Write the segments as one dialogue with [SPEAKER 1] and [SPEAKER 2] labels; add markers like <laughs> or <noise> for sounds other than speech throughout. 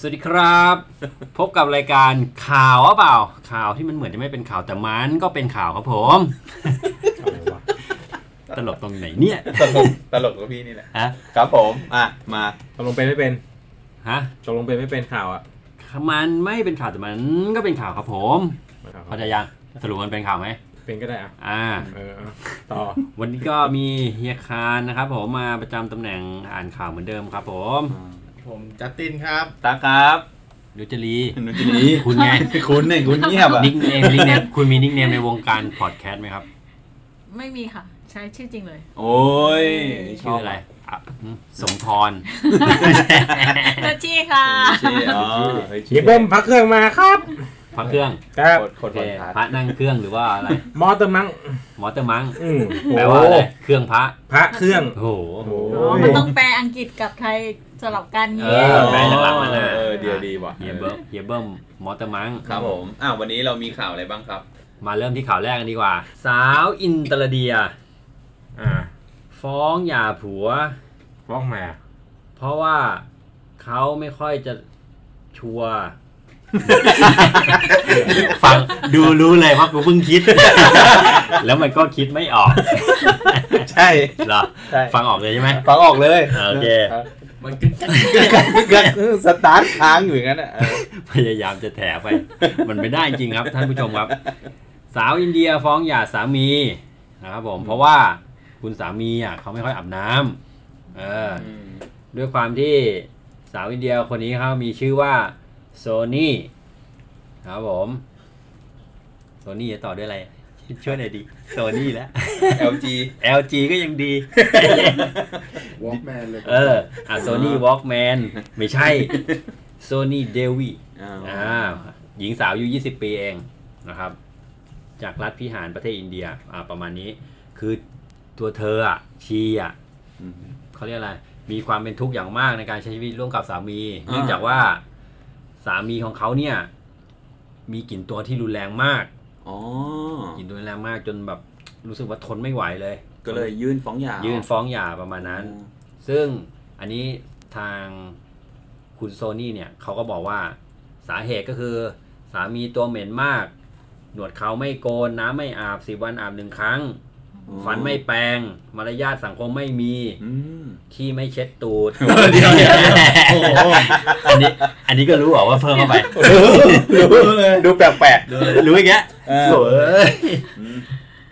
[SPEAKER 1] สวัสดีครับ <laughs> พบกับรายการข่าวหรือเปล่า ข่าวที่มันเหมือนจะไม่เป็นข่าวแต่มันก็เป็นข่าวครับผม ตลกตรงไหนเนี่ย <laughs>
[SPEAKER 2] ตลกตลกกับพี่นี่แหละ
[SPEAKER 1] ฮะ
[SPEAKER 2] ครับผมอ่ะมา
[SPEAKER 3] ตกลงเป็นไม่เป็น
[SPEAKER 1] ฮะ
[SPEAKER 3] ตกลงเป็นไม่เป็นข่าวอ่ะ
[SPEAKER 1] มันไม่เป็นข่าวแต่มันก็เป็นข่าวครับผม
[SPEAKER 3] ข่าว
[SPEAKER 1] เข้าใจยังสรุปมันเป็นข่าวไหม
[SPEAKER 3] เป็นก็ได้อ่ะ
[SPEAKER 1] อ่า
[SPEAKER 3] เออเอาต่อ
[SPEAKER 1] วันนี้ก็มีเฮียคานนะครับ ผมมาประจำตำแหน่งอ่านข่าวเหมือนเดิมครับ ผม
[SPEAKER 4] ผมจัสตินครับ
[SPEAKER 2] ตาครับ
[SPEAKER 1] นุจ <laughs> รี
[SPEAKER 2] หนูจีนี้
[SPEAKER 1] คุณไง
[SPEAKER 2] คุณเนี่ยคุณเงียบอ่ะ
[SPEAKER 1] นิกเนมนิกเนมคุณมีนิกเนมในวงการพอดแคสต์ไหมครับ
[SPEAKER 5] ไม่มีค่ะ ใช้ชื่อจริงเลย
[SPEAKER 2] โอ้ย
[SPEAKER 1] ชื่ออะไรอ่ะสมพ <laughs> ร
[SPEAKER 5] นัชชีค่ะ
[SPEAKER 2] ชื่ออ๋อฮ้
[SPEAKER 3] เฮียเบิ้มพักเครื่องมาครับ
[SPEAKER 1] พักเครื่อง
[SPEAKER 3] ครับ
[SPEAKER 2] โคตรโคตรผ่อนคลาย
[SPEAKER 1] พระนั่งเครื่องหรือว่าอะไร
[SPEAKER 3] มอเตอร์มัง
[SPEAKER 1] มอเตอร์มัง
[SPEAKER 3] อืม
[SPEAKER 1] แปลว่าอะไรเครื่องพระ
[SPEAKER 3] พระเครื่อง
[SPEAKER 1] โอ้โห
[SPEAKER 3] โอ้
[SPEAKER 5] อ๋อ มันต้องแปลอังกฤษกับไทยสลับกัน
[SPEAKER 1] เอ
[SPEAKER 5] เงี้ย
[SPEAKER 1] อแบรนด์หลังๆมาเลย
[SPEAKER 2] เออเดียวดีว่ะ
[SPEAKER 1] เฮียเบิ้มเฮียเบิ้มมอเตอร์มัง
[SPEAKER 2] ครับผมอ่ะวันนี้เรามีข่าวอะไรบ้างครับ
[SPEAKER 1] มาเริ่มที่ข่าวแรกกันดีกว่า สาวอินเตอร์เดีย
[SPEAKER 3] อ่า
[SPEAKER 1] ฟ้องหย่าผัว
[SPEAKER 3] ฟ้องมา
[SPEAKER 1] เพราะว่าเขาไม่ค่อยจะชัวร์ ฟังดูรู้เลยว่ากูเพิ่งคิด แล้วมันก็คิดไม่ออก
[SPEAKER 2] ใช่
[SPEAKER 1] เหรอ
[SPEAKER 2] ใช่
[SPEAKER 1] ฟังออกเลยใช่ไหม
[SPEAKER 2] ฟังออกเลย
[SPEAKER 1] โอเค
[SPEAKER 4] มันกึ๊กกักกึ๊กกัก
[SPEAKER 2] สตาร์ทค้างอยู่อย่างนั้นอ่ะ
[SPEAKER 1] พยายามจะแถไป มันไม่ได้จริงครับ ท่านผู้ชมครับ สาวอินเดียฟ้องหย่าสามีนะครับผม เพราะว่าคุณสามีอ่ะเขาไม่ค่อยอาบน้ำเออ ด้วยความที่สาวอินเดียคนนี้เขามีชื่อว่าโซนี่ครับผมโซนี่จะต่อด้วยอะไร ช่วยหน่อยดีโซนี่แล้ว
[SPEAKER 2] เอลจี
[SPEAKER 1] LG ก็ยัง <laughs> ดี
[SPEAKER 4] วอล์กแมนเลย
[SPEAKER 1] เอออ่ะโซนี่วอล์กแมนไม่ใช่โซนี่เดวี อ่าหญิงสาวอายุ20 ปีเองนะครับ จากรัฐพิหารประเทศอินเดียอ่าประมาณนี้ คือตัวเธออ่ะชีอ่ะเขาเรียกอะไร มีความเป็นทุกข์อย่างมากในการใช้ชีวิตร่วมกับสามี เนื่องจากว่าสามีของเขาเนี่ย มีกลิ่นตัวที่รุนแรงมาก
[SPEAKER 2] อ๋อก
[SPEAKER 1] ลิ่นตัวรุนแรงมากจนแบบรู้สึกว่าทนไม่ไหวเลย
[SPEAKER 2] ก็เลยยื่นฟ้องหย่า
[SPEAKER 1] ยื่
[SPEAKER 2] ยื่
[SPEAKER 1] นฟ้องหย่าประมาณนั้น ซึ่งอันนี้ทางคุณโซนี่เนี่ยเขาก็บอกว่าสาเหตุก็คือ สามีตัวเหม็นมาก หนวดเขาไม่โกน น้ำไม่อาบสิวันอาบหนึ่งครั้ง ฟันไม่แปรงมารยาทสังคมไม่มี
[SPEAKER 2] อืม
[SPEAKER 1] ขี้ไม่เช็ดตูด
[SPEAKER 2] เดี๋ยวเดี๋ยว
[SPEAKER 1] โอ้โหอันนี้อันนี้ก็รู้เหรอว่าเพิ่มเข้าไป
[SPEAKER 2] รู้เลยดูแปลก
[SPEAKER 1] รู้อีกแล้ว
[SPEAKER 2] ๆเออ
[SPEAKER 1] โถ่เอ้ย
[SPEAKER 2] อืม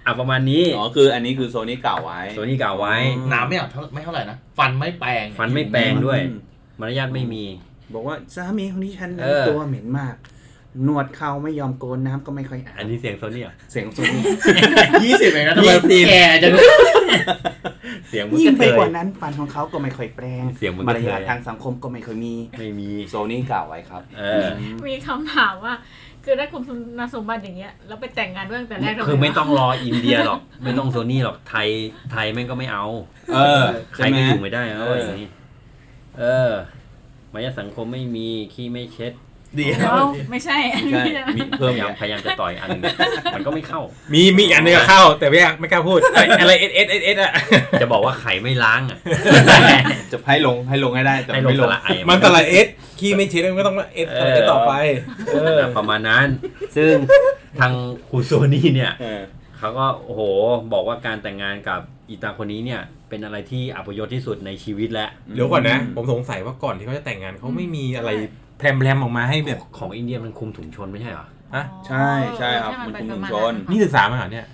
[SPEAKER 1] อ่ะประมาณนี้
[SPEAKER 2] อ๋อคืออันนี้คือโซนี่กล่าวไว้
[SPEAKER 1] โซนี่กล่าวไว้
[SPEAKER 2] อืม
[SPEAKER 4] น้ำไม่อาบเท่าไม่เท่าไหร่นะ ฟันไม่แปรง
[SPEAKER 1] ฟันไม่แปรงด้วย
[SPEAKER 2] อืม
[SPEAKER 1] มารยาทไม่มี
[SPEAKER 2] บอกว่าสามีของดิฉันนะ
[SPEAKER 1] เออ
[SPEAKER 2] ตัวเหม็นมาก หนวดเขาไม่ยอมโกนน้ำก็ไม่ค่อยอา
[SPEAKER 1] อั
[SPEAKER 2] บ
[SPEAKER 1] นนี้เสียงโซนี่เหรอ
[SPEAKER 2] เสียงโซนี่
[SPEAKER 4] ยี่สิบเองนะทำไม
[SPEAKER 1] ยี่สิบ
[SPEAKER 4] แก่จัง
[SPEAKER 1] เสียงมึง
[SPEAKER 6] ยิ่
[SPEAKER 1] ก็
[SPEAKER 6] ง
[SPEAKER 1] เท
[SPEAKER 6] ไปกว่าย นั้นฟันของเขาก็ไม่ค่อยแปลง
[SPEAKER 1] เสียงมันก็
[SPEAKER 6] มาร
[SPEAKER 1] เทย
[SPEAKER 6] ยาททางสังคมก็ไม่ค่อยมี
[SPEAKER 1] ไม่มี
[SPEAKER 2] โซนี่กล่าวไว้ครับ
[SPEAKER 1] เออ
[SPEAKER 5] มีคำถามว่า คือได้คุณสมบัติอย่างเงี้ย แล้วไปแต่งงานด้วยตั้งแต่แรกทำ
[SPEAKER 1] คือไม่
[SPEAKER 5] วะ
[SPEAKER 1] ต้องรออินเดียหรอก ไม่ต้องโซนี่หรอกไทยไทยแม่งก็ไม่เอา
[SPEAKER 2] เออ
[SPEAKER 1] ใคร
[SPEAKER 2] ใช่ไหม
[SPEAKER 1] ก็อยู่ไม่ได้นะ
[SPEAKER 2] เออ
[SPEAKER 1] ว่าอย่างนี้เออมายาทสังคมไม่มีขี้ไม่เช็ด
[SPEAKER 4] เดี๋ยว
[SPEAKER 5] เอ้าไม่ใช่อัน
[SPEAKER 2] ใช่
[SPEAKER 5] นี้นะ
[SPEAKER 2] มี
[SPEAKER 1] พ
[SPEAKER 2] เพิ่ม
[SPEAKER 1] ยายาม
[SPEAKER 2] ยำ
[SPEAKER 1] พยายามจะต่อยอันหนึ่งมันก็ไม่เข้า
[SPEAKER 3] มีมีอีกอันหนึงอะเข้า แต่ไม่อยากไม่กล้าพูดไอ้อะไรเอสเอสเอสเอสอ่ะ
[SPEAKER 1] จะบอกว่าไข่ไม่ล้างอ่ะ
[SPEAKER 2] จะให้ลงให้ลงให้ได้แต่
[SPEAKER 1] ให้ลง
[SPEAKER 2] ไม่ล
[SPEAKER 1] ส
[SPEAKER 2] ง
[SPEAKER 1] ละไอ
[SPEAKER 3] มันตลาดเอสขี้ไม่เช็ดมันก็ต้องเอสตลาดเอสต่อไปเออ
[SPEAKER 1] นะประมาณนั้น ซึ่งทางครูโซนี่เนี่ย
[SPEAKER 2] เออ
[SPEAKER 1] เขาก็โอ้โหบอกว่าการแต่งงานกับอีตาคนนี้เนี่ย เป็นอะไรที่อัปยศที่สุดในชีวิตแล้ว
[SPEAKER 3] เดี๋ยวก่อนนะ ผมสงสัยว่าก่อนที่เขาจะแต่งงานเขาไม่มีอะไรแพรมแพรมๆออกมาให้แบบ
[SPEAKER 1] ของอินเดียมันคุมถุงชนไม่ใช่เหรอ
[SPEAKER 3] ฮะ
[SPEAKER 2] ใช่ใช่ครับ
[SPEAKER 5] ใช่
[SPEAKER 2] มัน
[SPEAKER 5] มันเป็
[SPEAKER 2] คุม
[SPEAKER 5] นประมาณ
[SPEAKER 2] ชน
[SPEAKER 5] นั้น
[SPEAKER 3] นี่ศึกษามาเหรอเนี่ย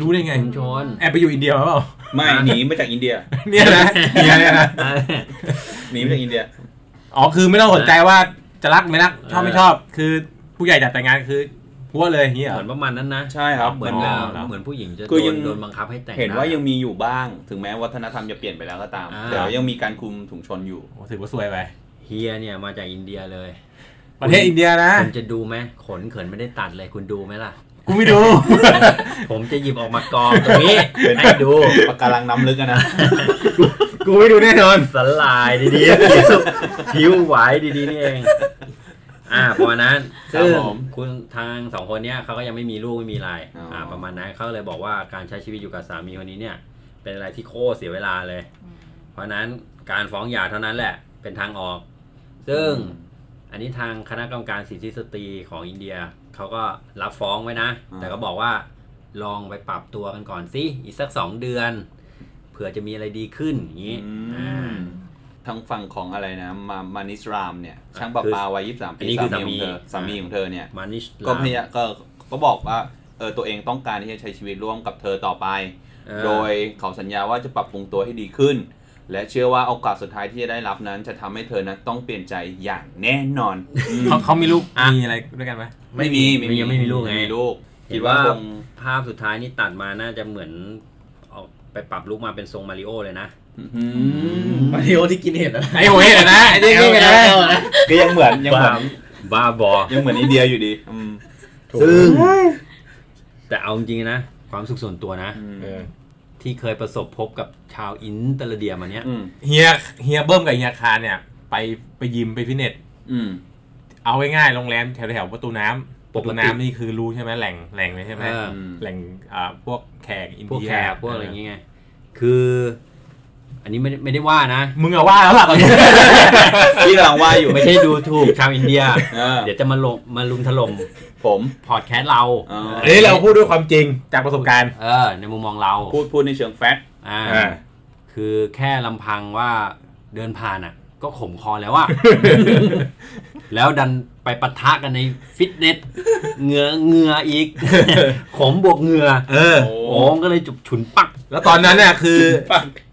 [SPEAKER 3] รู้ได้ไง
[SPEAKER 1] คุมชน
[SPEAKER 3] แอบไปอยู่อินเดียมาเปล่า
[SPEAKER 2] ไม่หนีมาจากอินเดีย
[SPEAKER 3] เนี่ยนะเนี่ยเนี่ยนะ
[SPEAKER 2] หนีมาจากอินเดีย
[SPEAKER 3] อ๋อคือไม่ต้องสนใจว่าจะรักไม่รักชอบไม่ชอบ คือผู้ใหญ่จัดแต่งงานคือพัวเลยอย่างเงี้ยเหร
[SPEAKER 1] เหมื
[SPEAKER 3] อ
[SPEAKER 1] อนประมาณนั้นนะ
[SPEAKER 2] ใช่ครับ
[SPEAKER 1] เหมือน
[SPEAKER 2] เหมือน
[SPEAKER 1] ว่า
[SPEAKER 3] เหรอ
[SPEAKER 1] เหมือนผู้หญิงจะ
[SPEAKER 2] คือ
[SPEAKER 1] โด
[SPEAKER 2] ยั
[SPEAKER 1] น
[SPEAKER 2] ง
[SPEAKER 1] โดนบังคับให้แต่ง
[SPEAKER 2] เห็นว่า
[SPEAKER 1] ะ
[SPEAKER 2] ยังมีอยู่บ้าง ถึงแม้วัฒนธรรมจะเปลี่ยนไปแล้วก็ตาม
[SPEAKER 1] อ่า
[SPEAKER 2] แต่ยังมีการคุมถุงชนอยู่
[SPEAKER 3] โอ้ถือว่าซวยไป
[SPEAKER 1] เฮียเนี่ยมาจากอินเดียเลย
[SPEAKER 3] ประเทศอินเดียนะ
[SPEAKER 1] คุณจะดูไหมขนเขินไม่ได้ตัดเลยคุณดูไหมล่ะ
[SPEAKER 3] กูไม่ดู
[SPEAKER 1] ผมจะหยิบออกมากองตรงนี้ ให้ดู
[SPEAKER 2] ปะการังน้ำลึกอะนะ
[SPEAKER 3] กูไม่ดูแน่นอน
[SPEAKER 1] สลายดีๆผิวไหวดีๆนี่เอง อ่าประมาณนั้นซึ่งคุณทางสองคนเนี้ยเขาก็ยังไม่มีลูกไม่มีอะไรอ่า ประมาณนั้นเขาเลยบอกว่าการใช้ชีวิตอยู่กับสามีคนนี้เนี่ย เป็นอะไรที่โคตรเสียเวลาเลย เพราะฉะนั้นการฟ้องหย่าเท่านั้นแหละเป็นทางออก ซึ่ง อันนี้ทางคณะกรรมการสิทธิสตรีของอินเดียเขาก็รับฟ้องไว้นะ
[SPEAKER 7] อ่า
[SPEAKER 1] แต่ก็บอกว่าลองไปปรับตัวกันก่อนสิอีกสักสองเดือนเผื่อจะมีอะไรดีขึ้นอย่างนี้อ่า
[SPEAKER 7] ทางฝั่งของอะไรนะมามานิสรามเนี่ยช่างประปาวัย23
[SPEAKER 1] อั
[SPEAKER 7] ปี
[SPEAKER 1] นนี้คือ
[SPEAKER 7] สามีของเธอ
[SPEAKER 1] สา
[SPEAKER 7] สา
[SPEAKER 1] มี
[SPEAKER 7] มีของเธอเนี่ย
[SPEAKER 1] มานิช
[SPEAKER 7] ก็พยายามก็ก็บอกว่าเออตัวเองต้องการที่จะใช้ชีวิตร่วมกับเธอต่อไป
[SPEAKER 1] เออ
[SPEAKER 7] โดยเขาสัญญาว่าจะปรับปรุงตัวให้ดีขึ้น และเชื่อว่าโอกาสสุดท้ายที่จะได้รับนั้น จะทำให้เธอนั้นต้องเปลี่ยนใจอย่างแน่นอน
[SPEAKER 3] เขาเขามีลูกมีอะไรด้วยกันไหม
[SPEAKER 7] ไม่มี
[SPEAKER 1] ไม่ยังไม่มีลูกไง
[SPEAKER 7] มีลูก
[SPEAKER 1] เห็
[SPEAKER 7] คิด
[SPEAKER 1] น
[SPEAKER 7] ว่า
[SPEAKER 1] ว่า
[SPEAKER 7] คง
[SPEAKER 1] ภาพสุดท้ายนี่ตัดมาน่าจะเหมือนเอาไปปรับลุกมาเป็นทรงมาริโอเลยนะ
[SPEAKER 4] มาริโอที่กินเห็ดนะ
[SPEAKER 3] ไอ้โหเห็นนะไอ้นี่นี่กันนะ
[SPEAKER 4] นะ
[SPEAKER 7] ก็ยังเหมือนยังเหมือน
[SPEAKER 1] บ้าบอ
[SPEAKER 7] ยังเหมือนอินเดียอยู่ดีอืม
[SPEAKER 1] ซึ่ง แต่เอาจริงๆนะ ความสุขส่วนตัวนะ
[SPEAKER 7] อืม
[SPEAKER 1] ที่เคยประสบพบกับชาวอินเตอร์เดียมาเนี้ย
[SPEAKER 7] อืม
[SPEAKER 3] เฮียเฮียเบิ้มกับเฮียคารเนี่ย ไปไปยิมไปฟิตเนส
[SPEAKER 7] อืม
[SPEAKER 3] เอาง่ายๆโรงแรมแถวๆประตูน้ำ
[SPEAKER 1] ป
[SPEAKER 3] ป
[SPEAKER 1] กติ
[SPEAKER 3] ระตูน้ำนี่คือรู้ใช่ไหมแหล่งแหล่งเลยใช่ไหม
[SPEAKER 1] เออ
[SPEAKER 7] ม
[SPEAKER 3] แหล่งอ่าพวกแขกอิน
[SPEAKER 1] พวก
[SPEAKER 3] เดีย
[SPEAKER 1] แขกพวกอะไรอย่างเงี้ยคือ อันนี้ไม่ได้ไม่ได้ว่านะ
[SPEAKER 3] มึงอะว่าแล้วล่ะตอนนี้
[SPEAKER 7] ที่กำลังว่าอยู่
[SPEAKER 1] ไม่ใช่ดูถูกชาวอินเดีย
[SPEAKER 7] เออ
[SPEAKER 1] <laughs> เดี๋ยวจะมาลงมาลุมถล่ม
[SPEAKER 7] ผม
[SPEAKER 1] พอดแคสต์เรา
[SPEAKER 7] อ๋อ
[SPEAKER 3] อันนี้เราพูดด้วยความจริงจากประสบการณ์
[SPEAKER 1] เออ ในมุมมองเรา
[SPEAKER 7] พูดพูดในเชิงแฟกต์
[SPEAKER 1] อ่า
[SPEAKER 3] อ่า
[SPEAKER 1] คือแค่ลำพังว่าเดินผ่านอ่ะ ก็ขมคอแล้ว
[SPEAKER 3] <laughs>
[SPEAKER 1] ว่า แล้วดันไปปะทะกันในฟิตเนสเหงือเหงืออีก <laughs> ขมบวกเหงือ
[SPEAKER 3] เออ
[SPEAKER 1] โอ้มก็เลยจุบฉุนปัก
[SPEAKER 3] แล้วตอนนั้นน่ะคือ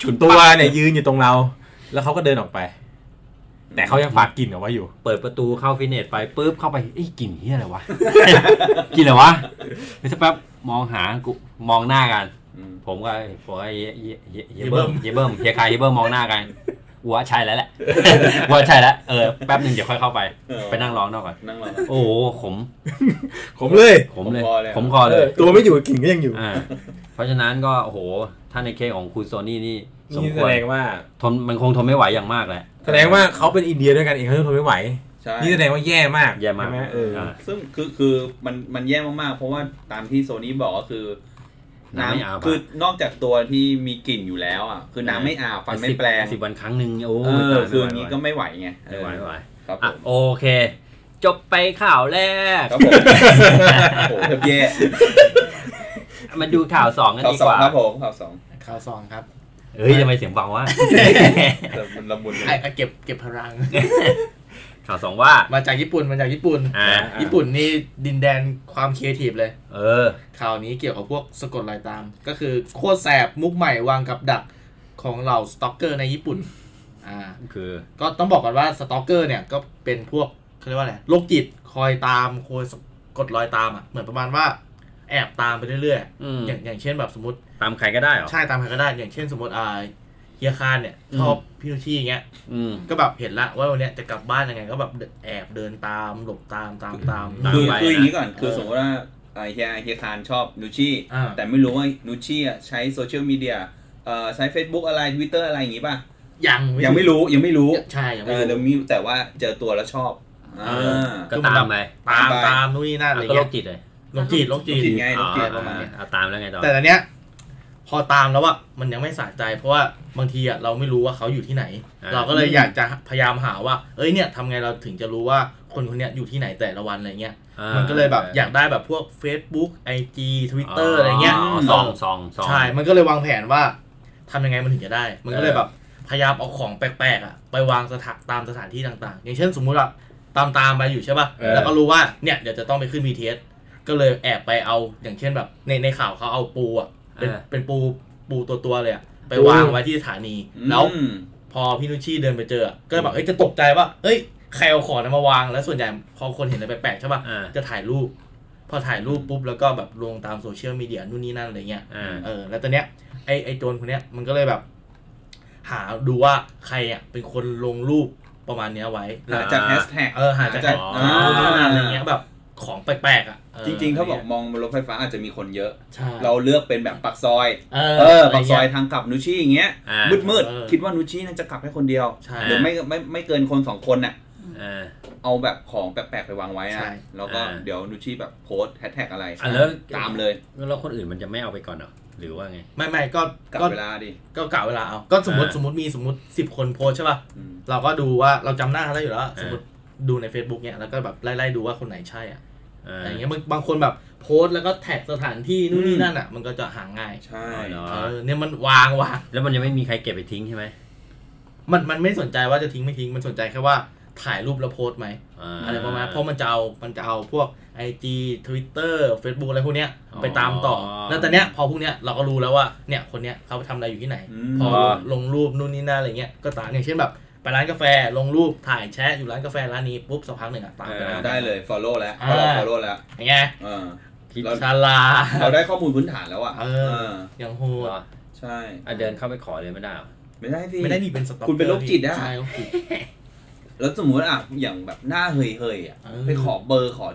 [SPEAKER 3] ฉุนตัวเนี่ยยืนอยู่ตรงเรา แล้วเขาก็เดินออกไป แต่เขายังฝากกลิ่นเอาไว้อยู่
[SPEAKER 1] เปิดประตูเข้าฟิตเนสไปปุ๊บเข้าไปเอ้ยกลิ่นเฮียอะไร <laughs> วะ กลิ่นอะไรวะไปสักแป๊บมองหากูมองหน้ากัน
[SPEAKER 7] อืม
[SPEAKER 1] ผมก็ผมก็เฮียเฮียเฮียเฮียเบิ้มเฮียเบิ้มเฮียคายเฮียเบิ้มมองห
[SPEAKER 7] <laughs>
[SPEAKER 1] น้ากันกูว่าใช่แล้วแหละ <laughs> กูว่าใช่แล้วเออแป๊บหนึ่งเดี๋ยวค่อยเข้าไป
[SPEAKER 7] เออ
[SPEAKER 1] ไปนั่งร้องนอกก่อน
[SPEAKER 7] นั่งรอ
[SPEAKER 1] โอ้โหขม
[SPEAKER 3] ผมเลย
[SPEAKER 1] ขมเลย
[SPEAKER 7] ขมคอเลย
[SPEAKER 1] ขมคอเลย
[SPEAKER 3] ตัวไม่อยู่กลิ่นก็ยังอยู่
[SPEAKER 1] อ่าเพราะฉะนั้นก็โอ้โหถ้าในเคสของคุณโซนี่นี่สม
[SPEAKER 3] นี่
[SPEAKER 1] ค
[SPEAKER 3] แส
[SPEAKER 1] วร
[SPEAKER 3] ดงว่า
[SPEAKER 1] ทนมันคงทนไม่ไหวอย่างมากแหละ
[SPEAKER 3] แสดงว่าเขาเป็นอินเดียด้วยกันเองเขาทนไม่ไหว
[SPEAKER 7] ใช่
[SPEAKER 3] นี่แสดงว่าแย่มาก
[SPEAKER 1] แย่มาก
[SPEAKER 3] ใช่ไหเอออา
[SPEAKER 7] ซึ่งคือคือมันมันแย่มากๆ เพราะว่าตามที่โซนี่บอกก็คือ
[SPEAKER 1] น้ำไม่อาบอะ
[SPEAKER 7] คือนอกจากตัวที่มีกลิ่นอยู่แล้วอ่ะคือน้ำไม่อาบฟันไม่แปลง
[SPEAKER 1] สิบวันครั้งหนึ่งโอ้
[SPEAKER 7] เอย อ
[SPEAKER 1] ตาย
[SPEAKER 7] คืออ
[SPEAKER 1] ไม่ไหว
[SPEAKER 7] ย่างนี้ก็ไม่ไหวไง
[SPEAKER 1] ไม่ไหวไม่ไหว
[SPEAKER 7] ครับผ
[SPEAKER 1] อ่ะ
[SPEAKER 7] ม
[SPEAKER 1] โอเค จบไปข่าวแรก
[SPEAKER 7] ครับผมโอ้โหแย่
[SPEAKER 1] มาดูข่าวสองกัน
[SPEAKER 7] ข่าว
[SPEAKER 1] ดี
[SPEAKER 7] สอกง
[SPEAKER 1] ว่า
[SPEAKER 7] ครับผมข่าวสอง
[SPEAKER 4] ข่าวซองครับ
[SPEAKER 1] เฮ้ยทำไมเสียงเบา
[SPEAKER 7] <laughs>
[SPEAKER 1] วะ
[SPEAKER 7] แต่มันละมุนเล
[SPEAKER 4] ไอ้
[SPEAKER 7] ย
[SPEAKER 4] ไอ้เก็บเก็บพลัง
[SPEAKER 1] ข่าวสองว่า
[SPEAKER 4] มาจากญี่ปุ่นมาจากญี่ปุ่น
[SPEAKER 1] อ่า
[SPEAKER 4] ญี่ปุ่นนี่ดินแดนความครีเอทีฟเลย
[SPEAKER 1] เออ
[SPEAKER 4] ข่าวนี้เกี่ยวกับพวกสะกดรอยตาม ก็คือโคตรแสบมุกใหม่วางกับดักของเหล่าสต็อกเกอร์ในญี่ปุ่นอ่า
[SPEAKER 1] คือ
[SPEAKER 4] ก็ต้องบอกก่อนว่าสต็อกเกอร์เนี่ยก็เป็นพวกเขาเรียกว่าอะไรโรคจิตคอยตามคอยสะกดรอยตามอ่ะเหมือนประมาณว่าแอบตามไปเรื่อย
[SPEAKER 1] อืม
[SPEAKER 4] ๆอย่างอย่างเช่นแบบสมมติ
[SPEAKER 1] ตามใครก็ได้เหรอ
[SPEAKER 4] ใช่ตามใครก็ได้อย่างเช่นสมมติอ่าเฮียคานเนี่ยชอบพี่นุชชี่อย่างเงี้ย
[SPEAKER 1] อืม
[SPEAKER 4] ก็แบบเห็นละว่าวันเนี้ยจะกลับบ้านยังไงก็แบบแอบเดินตามหลบตามตามตาม
[SPEAKER 1] ตาม
[SPEAKER 7] คือ
[SPEAKER 1] ไป
[SPEAKER 7] คืออย่างนี้
[SPEAKER 1] นะ
[SPEAKER 7] ก่อนคือสมมติว่าไอ้เฮียเฮียคานชอบนูชี่
[SPEAKER 4] อ่า
[SPEAKER 7] แต่ไม่รู้ว่านูชี่อ่ะใช้โซเชียลมีเดียเอ่อใช้ Facebook อะไร Twitter อะไรอย่างงี้ป่ะ
[SPEAKER 4] ยัง
[SPEAKER 7] ยังไม่รู้ยังไม่รู้
[SPEAKER 4] ใช่ยัง
[SPEAKER 7] เอ
[SPEAKER 4] ไม่
[SPEAKER 7] อ
[SPEAKER 4] รู้
[SPEAKER 7] เดี๋ยวมีแต่ว่าเจอตัวแล้วชอบอ่
[SPEAKER 1] เอา อก็ตามไป
[SPEAKER 4] ตามตามนู่นนี่นั่นอะไร
[SPEAKER 1] ก็โร
[SPEAKER 4] เงี้ย
[SPEAKER 1] คจิตเลย
[SPEAKER 4] โรคจิตโรคจิต
[SPEAKER 7] กินง่าย
[SPEAKER 1] อ๋
[SPEAKER 7] น้
[SPEAKER 1] อ
[SPEAKER 7] องกินประมาณเนี้ย
[SPEAKER 1] เอาตามแล้วไงต่อ
[SPEAKER 4] แต่อันเนี้ยพอตามแล้วอะมันยังไม่สะใจ เพราะว่าบางทีอะเราไม่รู้ว่าเขาอยู่ที่ไหน
[SPEAKER 1] อ่า
[SPEAKER 4] เราก็เลยอยากจะพยายามหาว่า เอ้ยเนี่ยทำไงเราถึงจะรู้ว่าคนคนเนี้ยอยู่ที่ไหนแต่ละวันอะไรเงี้ย
[SPEAKER 1] อ่า
[SPEAKER 4] มันก็เลยแบบอยากได้แบบพวก Facebook IG Twitter อะไรเงี้ย
[SPEAKER 1] ซองซองซอง
[SPEAKER 4] ใช่ มันก็เลยวางแผนว่าทำยังไงมันถึงจะได้ มันก็เลยแบบพยายามเอาของแปลกๆอะไปวางสถานตามสถานที่ต่างๆ อย่างเช่นสมมุติว่าตามตามๆไปอยู่ใช่ป่ะ
[SPEAKER 3] เออ
[SPEAKER 4] แล้วก็รู้ว่าเนี่ยเดี๋ยวจะต้องไปขึ้น BTS ก็เลยแอบไปเอาอย่างเช่นแบบในในข่าวเขาเอาปูอะเป็นเป็นปูปูตัวตัวๆเลยอะไปวางไว้ที่สถานีแล้ว
[SPEAKER 7] อืม
[SPEAKER 4] พอพี่นุชชี่เดินไปเจออะก็แบบเอ้ยจะตกใจว่าเอ้ยใครเอาของนั้นมาวางแล้วส่วนใหญ่พอคนเห็นอะไรแปลกๆใช่ป่ะ
[SPEAKER 1] อ่า
[SPEAKER 4] จะถ่ายรูป พอถ่ายรูปปุ๊บแล้วก็แบบลงตามโซเชียลมีเดียนู่นนี่นั่นอะไรเงี้ย
[SPEAKER 1] อ่า
[SPEAKER 4] เออแล้วตอนเนี้ยไอไอโจรคนเนี้ยมันก็เลยแบบ หาดูว่าใครอ่ะเป็นคนลงรูปประมาณเนี้ยไว้
[SPEAKER 7] หาจากแฮชแท็ก
[SPEAKER 4] เออหาจาก
[SPEAKER 7] หาจาก
[SPEAKER 4] หา
[SPEAKER 7] อ
[SPEAKER 4] จาก
[SPEAKER 7] ่า
[SPEAKER 4] อะไรเงี้ยแบบของแปลกๆอ่ะเออ
[SPEAKER 7] จริงๆ ถ้าบอกมองบนรถไฟฟ้าอาจจะมีคนเยอะ
[SPEAKER 4] ใช่
[SPEAKER 7] เราเลือกเป็นแบบปักซอย
[SPEAKER 4] เอ
[SPEAKER 7] เออ
[SPEAKER 4] อะไร
[SPEAKER 7] ปักซอย
[SPEAKER 4] เงี้
[SPEAKER 7] ทางกลับนูชี่อย่างเงี้ย
[SPEAKER 1] อ่า
[SPEAKER 7] มืด
[SPEAKER 4] เออ
[SPEAKER 7] ๆ คิดว่านูชี่น่าจะกลับให้คนเดียว
[SPEAKER 4] ใช่
[SPEAKER 7] หรือไม่ไม่ไม่เกินคนสองคนน่ะ
[SPEAKER 1] อ่า
[SPEAKER 7] เอาแบบของแปลกๆไปวางไว้
[SPEAKER 4] ใช่
[SPEAKER 7] นะแล้วก็เดี๋ยวนูชี่แบบโพสแฮชแท็กอะไร
[SPEAKER 1] อ่ะแล้ว
[SPEAKER 7] ตามเลย
[SPEAKER 1] แล้วคนอื่นมันจะไม่เอาไปก่อนเหรอ หรือว่าไง
[SPEAKER 4] ไม่ไม่ก็
[SPEAKER 7] กลับ
[SPEAKER 4] ก็
[SPEAKER 7] เวลาดิ
[SPEAKER 4] ก็กะเวลาเอาก็สมมติ
[SPEAKER 1] อ่า
[SPEAKER 4] สมมติมีสมมติสิบคนโพสต์ใช่ป่ะ
[SPEAKER 7] อืม
[SPEAKER 4] เราก็ดูว่าเราจำหน้าเขาได้อยู่แล้ว สมมติ ดูใน Facebook เนี่ยแล้วก็แบบไล่ๆดูว่าคนไหนใช่อ่ะ
[SPEAKER 1] อ่า
[SPEAKER 4] อะไรเงี้ยบางบางคนแบบโพสต์แล้วก็แท็กสถานที่นู่นนี่นั่นอ่ะ มันก็จะหาง่าย
[SPEAKER 7] ใช่
[SPEAKER 1] อ๋อเหรอ
[SPEAKER 4] เออเนี่ยมันวางวาง
[SPEAKER 1] แล้วมันยังไม่มีใครเก็บไปทิ้งใช่ไหม
[SPEAKER 4] มันมันไม่สนใจว่าจะทิ้งไม่ทิ้ง มันสนใจแค่ว่าถ่ายรูปแล้วโพสต์ไหมอะไรประมาณเพราะมันจะเอามันจะเอาพวก IG Twitter Facebook อะไรพวกเนี้ยไปตามต่ออแล้วแต่เนี้ยพอพวกเนี้ยเราก็รู้แล้วว่าเนี่ยคนเนี้ยเขาทำอะไรอยู่ที่ไหน
[SPEAKER 7] อืม
[SPEAKER 4] พอลงรูปนู่นนี่นั่นอะไรเงี้ยก็ตามอย่างเช่นแบบไปร้านกาแฟลงรูปถ่ายแชะอยู่ร้านกาแฟร้านนี้ปุ๊บสักพักหนึ่งอะตามไปร้าน
[SPEAKER 7] ได้เลย follow แล้ว
[SPEAKER 4] อ่า
[SPEAKER 7] follow แล้ว
[SPEAKER 4] อย่างเงี้ย
[SPEAKER 7] เออ
[SPEAKER 1] คิด
[SPEAKER 7] เรา
[SPEAKER 4] ชาลา
[SPEAKER 7] เราได้ข้อมูลพื้นฐานแล้วอ่ะ
[SPEAKER 4] เออ อย่างโหด
[SPEAKER 1] เหรอ
[SPEAKER 7] ใช่
[SPEAKER 1] อ่ะเดินเข้าไปขอเลยไม่ได้เหรอ
[SPEAKER 7] ไม่ได้สิ
[SPEAKER 4] ไม่ได้มีเป็นสต็อก
[SPEAKER 7] คุณเป็นโรคจิตนะ
[SPEAKER 4] ใช่โรคจิต
[SPEAKER 7] แล้วสมมติอ่ะอย่างแบบหน้าเฮยเฮยๆอ่ะ
[SPEAKER 4] เออ
[SPEAKER 7] ไปขอเบอร์ขอ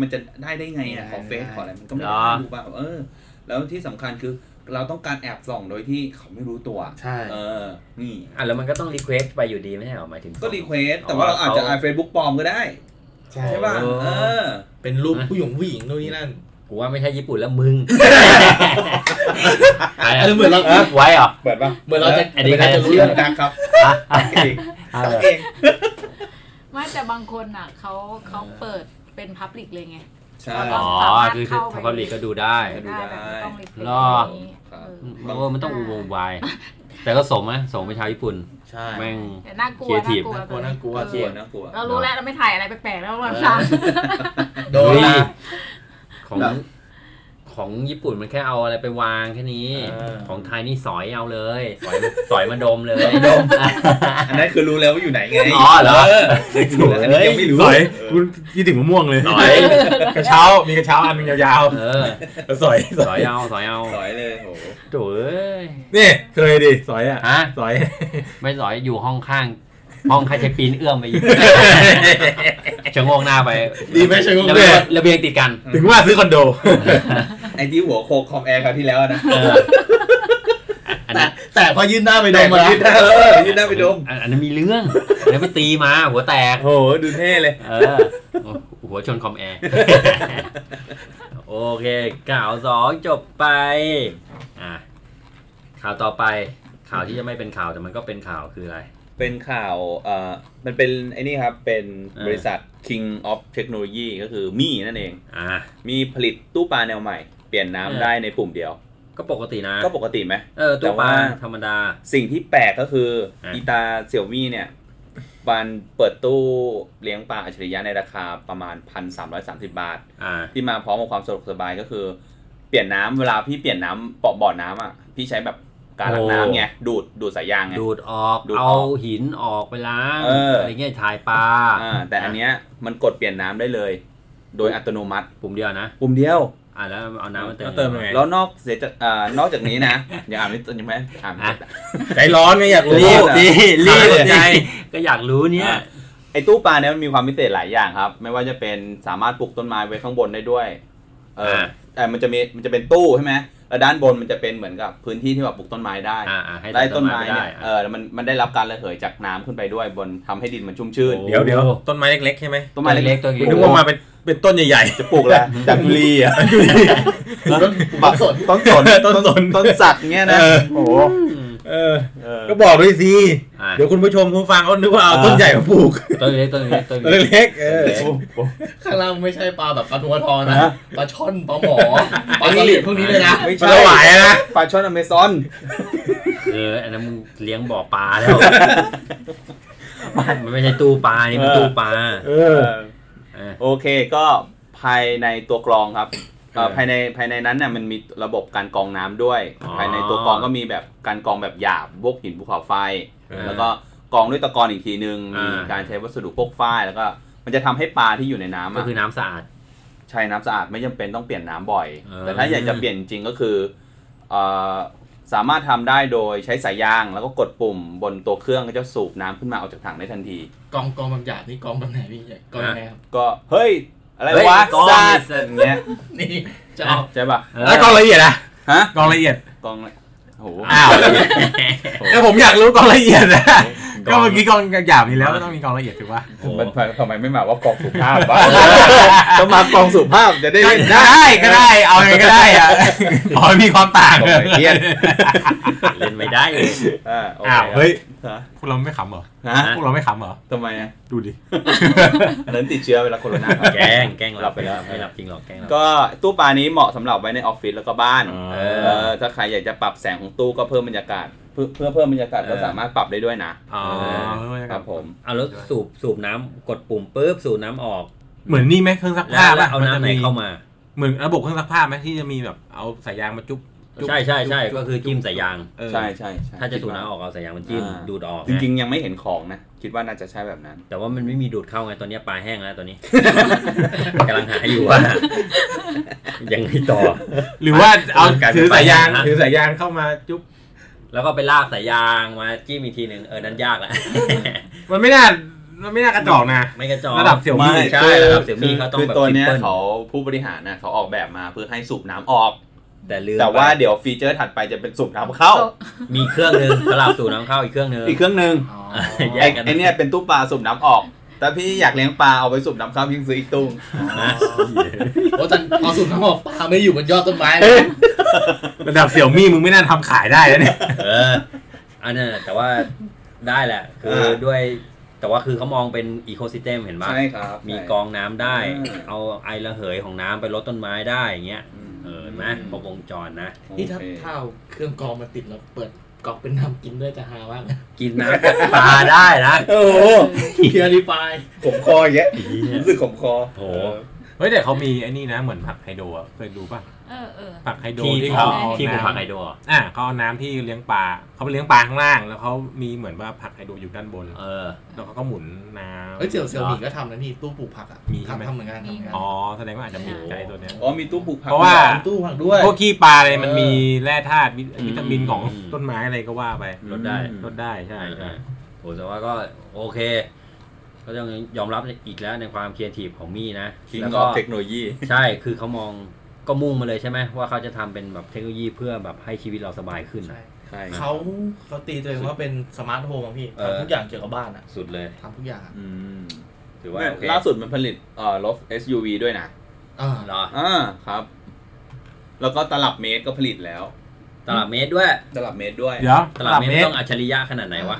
[SPEAKER 7] มันจะได้ได้ไงอ่ะ
[SPEAKER 4] ไม่ได้
[SPEAKER 7] ขอเฟซ
[SPEAKER 4] ไม่ได้
[SPEAKER 7] ขออะไรมันก็ไม่
[SPEAKER 1] หร
[SPEAKER 7] ได้
[SPEAKER 1] อ
[SPEAKER 7] รู้ป่ะเออ แล้วที่สำคัญคือเราต้องการแอบส่องโดยที่เขาไม่รู้ตัว
[SPEAKER 4] ใช่
[SPEAKER 7] เออ นี่
[SPEAKER 1] อ่ะแล้วมันก็ต้องรีเควสไปอยู่ดีไม่ใช่เหรอหมายถึง
[SPEAKER 7] ก็รีเควสแต่ว่าเราอาจจะ
[SPEAKER 1] เขา
[SPEAKER 7] อ่านเฟซบุ๊กปลอมก็ได้
[SPEAKER 4] ใช่
[SPEAKER 7] ใช่ป่ะ
[SPEAKER 1] อ๋อ
[SPEAKER 7] เออ
[SPEAKER 4] เป็นรูปผู้หญิงผู้หญิงนู่นนี่นั่น
[SPEAKER 1] กูว่าไม่ใช่ญี่ปุ่นแล้ว
[SPEAKER 4] <laughs>
[SPEAKER 1] มึงะ
[SPEAKER 4] เหมือนเรา
[SPEAKER 1] ไว้เหรอ
[SPEAKER 7] เปิดป่ะ
[SPEAKER 4] เหมือนเราจะ
[SPEAKER 1] อันนี้ใครจะ
[SPEAKER 7] เรื่องดังครับ
[SPEAKER 1] อ่ะอ่ะ
[SPEAKER 7] ตักเอง
[SPEAKER 5] ไม่แต่บางคนอ่ะเขาเขาเปิดเป็นพับลิกเลยไง
[SPEAKER 7] ใช่
[SPEAKER 5] อ๋
[SPEAKER 1] อ๋
[SPEAKER 5] อ
[SPEAKER 1] อ
[SPEAKER 5] คื
[SPEAKER 1] คือ อ
[SPEAKER 5] คือ
[SPEAKER 1] ทำพับลิกก็ดูได้
[SPEAKER 5] ได้แบบไม่ต้องรีเควส
[SPEAKER 1] รอ
[SPEAKER 5] ย่างนี้
[SPEAKER 7] ครับ
[SPEAKER 5] เออ
[SPEAKER 1] มันก็มันต้องอุโมงค์วายแต่ก็สมนะสมไปชาวญี่ปุ่น
[SPEAKER 4] ใช่
[SPEAKER 1] แม่ง
[SPEAKER 5] แต่น่ากลัว
[SPEAKER 1] Creative
[SPEAKER 5] น่ากลัว
[SPEAKER 4] น่ากลัว
[SPEAKER 5] เอ
[SPEAKER 4] น่า
[SPEAKER 5] อ
[SPEAKER 7] ส่วนนะกลัว
[SPEAKER 5] เรารู้แล้วเราไม่ถ่ายอะไรแปลกๆแล้วเราท
[SPEAKER 4] โดน
[SPEAKER 1] เฮ้
[SPEAKER 4] ละ
[SPEAKER 1] ยของ
[SPEAKER 7] แบบ
[SPEAKER 1] ของญี่ปุ่นมันแค่เอาอะไรไปวางแค่นี้
[SPEAKER 4] เออ
[SPEAKER 1] ของไทยนี่สอยเอาเลย สอยสอยมาดมเลย
[SPEAKER 7] อันนั้นคือรู้แล้วว่าอยู่ไหนไง
[SPEAKER 1] อ๋อเหรอ
[SPEAKER 7] เด็กถูกอันนี้ยังไม่รู้
[SPEAKER 3] สอย
[SPEAKER 7] เออ
[SPEAKER 3] คุณคิดถึงมะม่วงเลย
[SPEAKER 1] สอย
[SPEAKER 3] <laughs> กระเช้า มีกระเช้าอันหนึงยาว
[SPEAKER 1] เออ
[SPEAKER 3] ๆแล้วสอย
[SPEAKER 1] สอยเอาสอยเอา
[SPEAKER 7] สอยเลยโห
[SPEAKER 1] โถ่เอ้ย
[SPEAKER 3] นี่เคยดิสอยอ่ะ
[SPEAKER 1] ฮะ
[SPEAKER 3] สอย
[SPEAKER 1] ไม่สอยอยู่ห้องข้าง ห้องใครใช้ปีนเอื้อมไปอีก
[SPEAKER 4] <laughs>
[SPEAKER 1] ชะโงงหน้าไป
[SPEAKER 4] ดีไหมชะโงก
[SPEAKER 1] ระ
[SPEAKER 4] หน้า
[SPEAKER 1] เบียงระเบียงติดกัน
[SPEAKER 3] ถึงว่าซื้อคอนโด
[SPEAKER 7] ไอ้ที่หัวโคกคอมแอร์คราวที่แล้วนะ
[SPEAKER 1] เออ อัน
[SPEAKER 4] แต่
[SPEAKER 1] นั้น
[SPEAKER 4] แต่พอยื่นหน้าไปดมมา
[SPEAKER 7] ยืนหน้าเออยืนหน้าไปดม
[SPEAKER 1] อันอันนั้นมีเรื่องอันนั้นไปตีมาหัวแตก
[SPEAKER 7] โหดูเท่เลย
[SPEAKER 1] เออ หัวชนคอมแอร์ <laughs> โอเคข่าวสองจบไป อ่ะข่าวต่อไป ข่าวที่จะไม่เป็นข่าวแต่มันก็เป็นข่าวคืออะไร
[SPEAKER 7] เป็นข่าวเอ่อมันเป็นไอ้นี่ครับ เป็น
[SPEAKER 1] เออ
[SPEAKER 7] บริษัท King of Technology ก็คือมี่นั่นเอง
[SPEAKER 1] อ่ะ
[SPEAKER 7] มีผลิตตู้ปลาแนวใหม่ เปลี่ยน
[SPEAKER 1] เออ
[SPEAKER 7] น้ำได้ในปุ่มเดียว
[SPEAKER 1] ก็ปกตินะ
[SPEAKER 7] ก็ปกติไหม
[SPEAKER 1] เออตัวปลา
[SPEAKER 7] แต่ว่า
[SPEAKER 1] ธรรมดา
[SPEAKER 7] สิ่งที่แปลกก็คือ
[SPEAKER 1] ฮะ
[SPEAKER 7] อีตาเสี่ยวมี่เนี่ยมันเปิดตู้เลี้ยงปลาอัจฉริยะในราคาประมาณ 1,330 บาท
[SPEAKER 1] อ่า
[SPEAKER 7] ที่มาพร้อมกับความสะดวกสบายก็คือ เปลี่ยนน้ำเวลาพี่เปลี่ยนน้ำปอบ่อน้ำอ่ะพี่ใช้แบบการล้างน้ำไงดูดดูดสายยางไง
[SPEAKER 1] ดูดออก
[SPEAKER 7] ดูดออก
[SPEAKER 1] เอาหินออกไปล้าง
[SPEAKER 7] เอออ
[SPEAKER 1] ไรเงี้ยถ่ายปลา
[SPEAKER 7] อ่าแต่อันเนี้ยมันกดเปลี่ยนน้ำได้เลย โดยอัตโนมัติ
[SPEAKER 1] ปุ่มเดียวนะ
[SPEAKER 7] ปุ่มเดียว
[SPEAKER 1] อ่าแล้วเอาน้ำมาเติม
[SPEAKER 3] แล้วเติมยังไง
[SPEAKER 7] แล้วนอกเสียจากเอ่อนอกจากนี้นะ <laughs> อย่าอ่านไม่จนยังไม่อ่านไม่จบ
[SPEAKER 3] ใจร้อนไงอยากรู้
[SPEAKER 1] รีบดิรีบ
[SPEAKER 3] สนใจ
[SPEAKER 1] ดิก็อยากรู้เนี่ย
[SPEAKER 7] อ่ะ ไอ้ตู้ปลาเนี่ยมันมีความพิเศษหลายอย่างครับ ไม่ว่าจะเป็นสามารถปลูกต้นไม้ไว้ข้างบนได้ด้วย เอออา แต่มันจะมีมันจะเป็นตู้ใช่ไหมแล้วด้านบนมันจะเป็นเหมือนกับพื้นที่ที่แบบปลูกต้นไม้ได้
[SPEAKER 1] อ่าอ่าให้
[SPEAKER 7] ได้ต้นไม้
[SPEAKER 1] ป
[SPEAKER 7] เนี่ยเอ
[SPEAKER 1] อ่ะ
[SPEAKER 7] อแล้วมันมันได้รับการระเหยจากน้ำขึ้นไปด้วยบนทำให้ดินมันชุ่มชื้น
[SPEAKER 1] โอ้
[SPEAKER 3] เดี๋ยวเดี๋ยวต้นไม้เล็กๆใช่ไหม
[SPEAKER 7] ต้นไม้เล็กๆ
[SPEAKER 1] ตัวเล็ก
[SPEAKER 3] นึกว่ามาเป็นเป็นต้นใหญ่
[SPEAKER 7] จะปลูกอะไร <laughs> จักรลีอ่ะ
[SPEAKER 4] บักสด
[SPEAKER 7] ต้นสน
[SPEAKER 3] ๆ ต้นสน
[SPEAKER 7] ต้นสักเงี้ยนะ
[SPEAKER 3] เออ
[SPEAKER 7] โอ้โห
[SPEAKER 3] เออ
[SPEAKER 7] เออ
[SPEAKER 3] ก็บอกด้วยสิ
[SPEAKER 1] อ่ะ
[SPEAKER 3] เดี๋ยวคุณผู้ชมคุณผู้ฟังเขานึกว่าเอา
[SPEAKER 7] อ่า
[SPEAKER 3] ต้นใหญ่มาปลูก
[SPEAKER 1] ต้นเล็กต้นเล็กต้น
[SPEAKER 3] <laughs> ต้น
[SPEAKER 1] เล็ก
[SPEAKER 3] เล็กๆเออ
[SPEAKER 4] ข้างล่างไม่ใช่ปลาแบบปลาทัวทองนะปลาช่อนปลาหมอปลาสลิดพวกนี้เลยนะ
[SPEAKER 7] ไม่
[SPEAKER 3] มัน
[SPEAKER 7] ใช่
[SPEAKER 3] ละหวายอะนะ
[SPEAKER 7] ปลาช่อนอเมซอน
[SPEAKER 1] เอออันนั้นมึงเลี้ยงบ่อปลาแล้ว มันไม่ใช่ตู้ปลานี่มัน
[SPEAKER 7] เออ
[SPEAKER 1] ตู้ปลา
[SPEAKER 3] เออ
[SPEAKER 1] เออ
[SPEAKER 7] โอเคก็ภายในตัวกรองครับเอ่อ
[SPEAKER 3] เออ
[SPEAKER 7] ภายในภายในนั้นเนี่ยมันมีระบบการกรองน้ำด้วย ภายในตัวกรองก็มีแบบการกรองแบบหยาบพวกหินภูเขาไฟ
[SPEAKER 1] า
[SPEAKER 7] แล้วก็กรองด้วยตะกอนอีกทีนึง
[SPEAKER 1] อ่ามี
[SPEAKER 7] มีการใช้วัสดุพวกฝ้ายแล้วก็มันจะทำให้ปลาที่อยู่ในน้ำ
[SPEAKER 1] ก็
[SPEAKER 7] อะ
[SPEAKER 1] คือน้ำสะอาด
[SPEAKER 7] ใช้น้ำสะอาดไม่จำเป็นต้องเปลี่ยนน้ำบ่อย
[SPEAKER 1] เออ
[SPEAKER 7] แต่ถ้าอยากจะเปลี่ยนจริงก็คือเอ่อสามารถทำได้โดยใช้สายยางแล้วก็กดปุ่มบนตัวเครื่องก็จะสูบน้ำขึ้นมาออกจากถังได้ทันที
[SPEAKER 4] กองกองแบบหยาบนี่กองแบบไหนพี่กองยังไงครับ
[SPEAKER 7] ก็เฮ้ยอะไร
[SPEAKER 1] เฮ้ยว
[SPEAKER 7] ะ
[SPEAKER 1] กรอง
[SPEAKER 7] ซาดอย่างเงี้ย
[SPEAKER 4] นี่จะเอา
[SPEAKER 7] ใช่ปะ
[SPEAKER 1] เอ
[SPEAKER 3] แล้วกองละเอียดอะ
[SPEAKER 7] ฮะ
[SPEAKER 3] กองละเอียด
[SPEAKER 7] กองเลยโอ้โห
[SPEAKER 3] อ้าวแล้วผมอยากรู้กองละเอียดนะ ก็เมื่อกี้กองหยาบนี่แล้วก็ต้องมีกองละเอียดถูกป่ะ
[SPEAKER 1] โอ้
[SPEAKER 7] มันทำไมไม่มาว่ากองสุภาพวะ <laughs> ต้องมากองสุภาพจะได้
[SPEAKER 3] ก็ได้ก็ได้เอาไงก็ได้อะ <laughs> ขอให้มีความต่าง
[SPEAKER 7] โอ้ยเครียด
[SPEAKER 1] เล่นไม่ได้เลย
[SPEAKER 7] อ่าโอค
[SPEAKER 3] อ้าวเฮ้ย
[SPEAKER 7] ฮะ
[SPEAKER 3] พวกเราไม่ขำเหรอ
[SPEAKER 7] ฮะ
[SPEAKER 3] พวกเราไม่ขำเหรอ
[SPEAKER 7] ทำไมอะ
[SPEAKER 3] ดูดิ
[SPEAKER 7] อันนั้นติดเชื้อเวลาโควิด
[SPEAKER 1] แกล้งแกล้งหลับไปแล้วไม่หลับจริงหรอกแกล้งหลับ
[SPEAKER 7] ก็ตู้ปลานี้เหมาะสำหรับไว้ในออฟฟิศแล้วก็บ้าน
[SPEAKER 1] เอ
[SPEAKER 7] เอ
[SPEAKER 1] อ
[SPEAKER 7] อถ้าใครอยากจะปรับแสงของตู้ก็เพิ่มบรรยากาศ เพื่อเพื่อเพิ่มบรรยากาศก็
[SPEAKER 1] เออ
[SPEAKER 7] สามารถปรับได้ด้วยนะ
[SPEAKER 3] อ๋อ
[SPEAKER 7] ครับผม
[SPEAKER 1] เอาแล้วสูบสูบน้ำกดปุ่มปุ๊บสูบน้ำออก
[SPEAKER 3] เหมือนนี่ไหมเครื่องซัก
[SPEAKER 1] แล้
[SPEAKER 3] ผ้าว
[SPEAKER 1] แล้ว
[SPEAKER 3] ป่ะ
[SPEAKER 1] เอา
[SPEAKER 3] มั
[SPEAKER 1] น้ำไหน
[SPEAKER 3] จะมี
[SPEAKER 1] เข้ามา
[SPEAKER 3] เหมือนระบบเครื่องซักผ้าไหมที่จะมีแบบเอาสายยางมาจุ๊บจุ๊บ
[SPEAKER 1] ใช่ใช่ใช่
[SPEAKER 3] จุ๊บ
[SPEAKER 1] ก็คือจิ้มสายยาง
[SPEAKER 3] เออ
[SPEAKER 7] ใช่ใช่ใช่
[SPEAKER 1] ถ้าจะสูบน้ำออกเอาสายยางมันจิ้มดูดออก
[SPEAKER 7] จริง ๆ ยังไม่เห็นของนะ คิดว่าน่าจะใช่แบบนั้น
[SPEAKER 1] แต่ว่ามันไม่มีดูดเข้าไงตอนนี้ปลาแห้งแล้วตอนนี้ กำลังหาอยู่ว่ายังไงต่อ
[SPEAKER 3] หรือว่าเอา
[SPEAKER 1] กลายเป็น
[SPEAKER 3] ถือสายยาง
[SPEAKER 1] ปัญหา
[SPEAKER 3] ถือสายยางเข้ามาจุ๊บ
[SPEAKER 1] แล้วก็ไปลากสายยางมาจิ้มอีกทีหนึ่งเออนั่นยากแหละ <laughs>
[SPEAKER 3] มันไม่น่ามันไม่น่ากระจอกนะ
[SPEAKER 1] ไม่กระจอก
[SPEAKER 3] ระดับเสี่ยวมี่
[SPEAKER 1] ใช่ระดับเสี่ยวมี่เขาต้อง
[SPEAKER 7] คือ
[SPEAKER 1] แบบ
[SPEAKER 7] ตัวเนี้ย
[SPEAKER 1] triple
[SPEAKER 7] เขาผู้บริหารนะเขาออกแบบมาเพื่อให้สูบน้ำออก
[SPEAKER 1] แต่ลืม
[SPEAKER 7] แต่ว่า
[SPEAKER 1] ไป
[SPEAKER 7] เดี๋ยวฟีเจอร์ถัดไปจะเป็นสูบน้ำเข้า
[SPEAKER 1] มีเครื่องหนึ่งสลับสู่น้ำเข้าอีกเครื่องหนึ่ง
[SPEAKER 7] อีกเครื่องหนึ่ง
[SPEAKER 1] แย
[SPEAKER 7] ไอ้
[SPEAKER 1] กกัน
[SPEAKER 7] ไอ้เนี่ยเป็นตู้ปลาสูบน้ำออก แต่พี่อยากเลี้ยงปลาเอาไปสูบน้ำเข้ายิ่งซื้ออีกตู้
[SPEAKER 4] โอ้แต่พอสุดน้ำออกปลาไม่อยู่บนยอดต้นไม้เลย
[SPEAKER 3] ระดับเสี่ยวมี่มึงไม่น่าทำขายได้แล้วเนี่ย
[SPEAKER 1] เออ อันนั้นน่ะแต่ว่าได้แหละ คือด้วย แต่ว่าคือเขามองเป็นอีโค y ิสเต็มเห็นปะ
[SPEAKER 7] ใช่ครับ
[SPEAKER 1] มีกรองน้ำได้
[SPEAKER 7] อืม
[SPEAKER 1] เอาไอระเหยของน้ำไปลดต้นไม้ได้อย่างเงี้ย เออเห็นไหมครบวงจรนะ
[SPEAKER 4] นี่ถ้าถ้าเอาเครื่องกรองมาติดแล้วเปิดกรอกเป็นน้ำกินด้วยจะหาว่าง
[SPEAKER 1] กินน้ำจากปลาได้นะ
[SPEAKER 7] โอ้โห
[SPEAKER 4] เพียริฟาย
[SPEAKER 7] ขมคออย่างเงี้ยรู้สึกขมคอ
[SPEAKER 1] โอ้โห
[SPEAKER 3] เฮ้ยแต่เขามีไอ้นี่นะเหมือนผักไฮโดรอะเคยดูป่ะ
[SPEAKER 5] เออเออ
[SPEAKER 3] ผักไฮโดร
[SPEAKER 1] ที่
[SPEAKER 3] ที่
[SPEAKER 1] เขา
[SPEAKER 3] เขาเอา
[SPEAKER 1] ที่ภู
[SPEAKER 3] น้ำ
[SPEAKER 1] พักไอดอล
[SPEAKER 3] อ่ะเขาเอาน้ำที่เลี้ยงปลาเขาไปเลี้ยงปลาข้างล่าง แล้วเขามีเหมือนว่าผักไฮโดรอยู่ด้านบน
[SPEAKER 1] เออ
[SPEAKER 3] แล้วเขาก็หมุนน้ำ
[SPEAKER 4] เอ้ยเสี่ยวเสี่ยวหมี่ก็ทำนะพี่ตู้ปลูกผักอ่ะ
[SPEAKER 3] มีใช่ไหม
[SPEAKER 4] ทำทำเหมือนกันทำเหมือนกัน
[SPEAKER 3] อ๋อแสดงว่าอาจจะมีใจตัวเนี้ย
[SPEAKER 7] อ๋อมีตู้ปลูกผัก
[SPEAKER 3] เพราะว่า
[SPEAKER 4] มีตู้ผักด้วย
[SPEAKER 3] พวกขี้ปลาอะไรมัน
[SPEAKER 4] เออ
[SPEAKER 3] มีแร่ธาตุวิต
[SPEAKER 1] อืม
[SPEAKER 3] วิตามินของ
[SPEAKER 1] อืม
[SPEAKER 3] ต้นไม้อะไรก็ว่าไป
[SPEAKER 1] ลดได้
[SPEAKER 3] ลดได้ใช่
[SPEAKER 1] ใช่
[SPEAKER 3] ใช่
[SPEAKER 1] ใช่โหแต่ว่าก็โอเค ก็ต้องยอมรับอีกแล้วในความครีเอทีฟของมี่นะ
[SPEAKER 7] ทิ้ง
[SPEAKER 1] แล้ว
[SPEAKER 7] อ
[SPEAKER 1] ก็
[SPEAKER 7] อกเทคโนโลยี
[SPEAKER 1] ใช่ คือเขามองก็มุ่งมาเลยใช่ไหมว่าเขาจะทำเป็นแบบเทคโนโลยีเพื่อแบบให้ชีวิตเราสบายขึ้น
[SPEAKER 4] ใช่
[SPEAKER 1] อะ
[SPEAKER 7] ใช่
[SPEAKER 4] เขาเขาตีตัวเองว่าเป็นสมาร์ทโฮมอะพี่
[SPEAKER 1] เออ
[SPEAKER 4] ทำทุกอย่างเกี่ยวกับบ้านอ่ะ
[SPEAKER 1] สุดเลย
[SPEAKER 4] ทำทุกอย่างอะ
[SPEAKER 7] อืม
[SPEAKER 1] ถือว่าโอเค
[SPEAKER 7] ล่าสุดมันผลิตเอ่อรถ SUV ด้วยนะ
[SPEAKER 4] อ่า
[SPEAKER 1] เหรอ
[SPEAKER 7] อ่าครับ แล้วก็ตลับเมตรก็ผลิตแล้ว
[SPEAKER 1] ตลาดเมตรด้วย
[SPEAKER 7] ตลับเมตรด้วย
[SPEAKER 3] เดี๋ยว
[SPEAKER 1] ตลาดเมตรต้องอัจฉริยะขนาดไหนวะ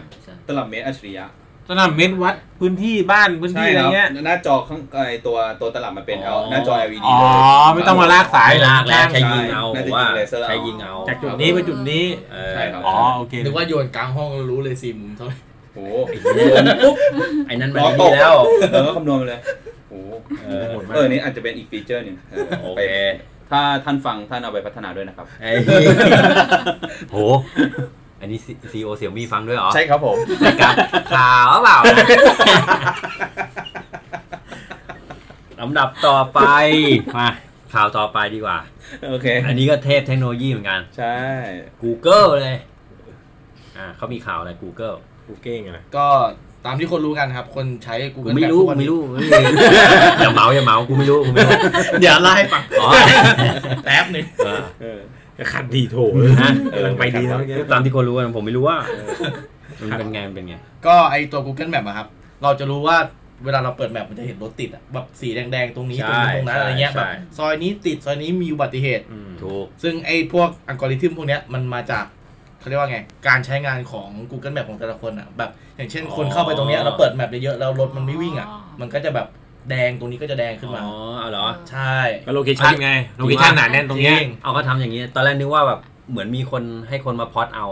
[SPEAKER 7] ตลับเมตรอัจฉริยะ
[SPEAKER 3] ตลาดเมตรวัดพื้นที่บ้านพื้นที่อะไรเงี้ย
[SPEAKER 7] หน้าจอข้างไอตัวตัวตลับมันเป็น
[SPEAKER 1] อ๋อ
[SPEAKER 7] เอาหน้าจอ LED
[SPEAKER 3] อ๋อ
[SPEAKER 7] เลย
[SPEAKER 3] ไม่ต้องมาลากสาย
[SPEAKER 1] ไม่ลากแล้ว
[SPEAKER 3] ใช่
[SPEAKER 1] ใช้ยิงเอา
[SPEAKER 7] ใช่
[SPEAKER 1] ผมว่า
[SPEAKER 7] น่าจะยิงเลเซอร์เอา
[SPEAKER 1] ใช้ยิงเอา
[SPEAKER 3] จากจุดนี้ไปจุดนี้
[SPEAKER 1] เออ
[SPEAKER 7] ใช่ครับ
[SPEAKER 3] อ๋อโอเค
[SPEAKER 4] หรือว่าโยนกลางห้องแล้วรู้เลยสิมุมเท่าไหร่
[SPEAKER 7] โอ้
[SPEAKER 1] ปุ๊บไอ้นั่นมันไม่มีแล้ว
[SPEAKER 7] เออคำนวณมาเลยโอ้
[SPEAKER 1] เออ
[SPEAKER 3] โหดมาก
[SPEAKER 7] เออนี่อาจจะเป็นอีกฟีเจอร์หนึ่งเออ
[SPEAKER 1] โอ
[SPEAKER 7] ไป
[SPEAKER 1] เค
[SPEAKER 7] ถ้าท่านฟังท่านเอาไปพัฒนาด้วยนะครับ
[SPEAKER 1] ไอ้โห อันนี้ซีโอเสี่ยวมีฟังด้วยเหรอ
[SPEAKER 7] ใช่ครับผม
[SPEAKER 1] รายการข่าวเปล่าลำดับต่อไป มาข่าวต่อไปดีกว่า
[SPEAKER 7] โอเค
[SPEAKER 1] อันนี้ก็เทพเทคโนโลยีเหมือนกัน
[SPEAKER 7] ใช่
[SPEAKER 1] Google เลย อ่าเขามีข่าวอะไร Google
[SPEAKER 3] กูเก้งอะนะ
[SPEAKER 4] ก็ตามที่คนรู้กันครับ คนใช้
[SPEAKER 1] กู
[SPEAKER 4] Google
[SPEAKER 1] ไม่
[SPEAKER 4] แบบ
[SPEAKER 1] รู้
[SPEAKER 4] ทุกวัน
[SPEAKER 1] ไม่
[SPEAKER 4] นี้ <laughs>
[SPEAKER 1] รู้ไม่รู้ <laughs> อย่าเมาอย่าเมากูไม่รู้กูไม่รู้
[SPEAKER 4] เดี๋ยวไล่าให้ฟัง
[SPEAKER 1] อ๋อ
[SPEAKER 4] แป๊บหนึง
[SPEAKER 1] เออ
[SPEAKER 7] เออ
[SPEAKER 3] ขัดดีโถ
[SPEAKER 1] ฮะ
[SPEAKER 3] กำลังไปดีแล้วเมื่อกี้
[SPEAKER 1] ตามที่คนรู้กันผมไม่รู้ว่ามันเป็นไงมันเป็นไง
[SPEAKER 4] ก็ไอตัว Google Map อะครับ เราจะรู้ว่าเวลาเราเปิดแมปมันจะเห็นรถติดอะแบบสีแดงๆ ตรงนี้
[SPEAKER 1] ใช่
[SPEAKER 4] ตรงนี้ตรงนั้นอะไรเงี้ย
[SPEAKER 1] ใช่
[SPEAKER 4] แบบ
[SPEAKER 1] ใช่
[SPEAKER 4] ซอยนี้ติดซอยนี้มีอุบัติเหตุ
[SPEAKER 1] ถูก
[SPEAKER 4] ซึ่งไอ้พวกอัลกอริทึมพวกเนี้ยมันมาจากเขาเรียกว่าไง การใช้งานของ Google Map ของแต่ละคนอ่ะแบบ อย่างเช่น
[SPEAKER 1] อ๋อ
[SPEAKER 4] คนเข้าไปตรงเนี้ยแล้วเปิดแมปเยอะๆแล้วรถมันไม่วิ่งอ่ะ มันก็จะแบบแดงตรงนี้ก็จะแดงขึ้นมา
[SPEAKER 1] อ๋อเอาเหรอ
[SPEAKER 4] ใช่
[SPEAKER 3] ก็โลเคชั่นไง โลเคชั่นหนาแน่นตรงเนี้ย
[SPEAKER 4] จ
[SPEAKER 1] เอาก็ทำอย่างนี้ ตอนแรกนึกว่าแบบเหมือนมีคนให้คนมาพอดเอา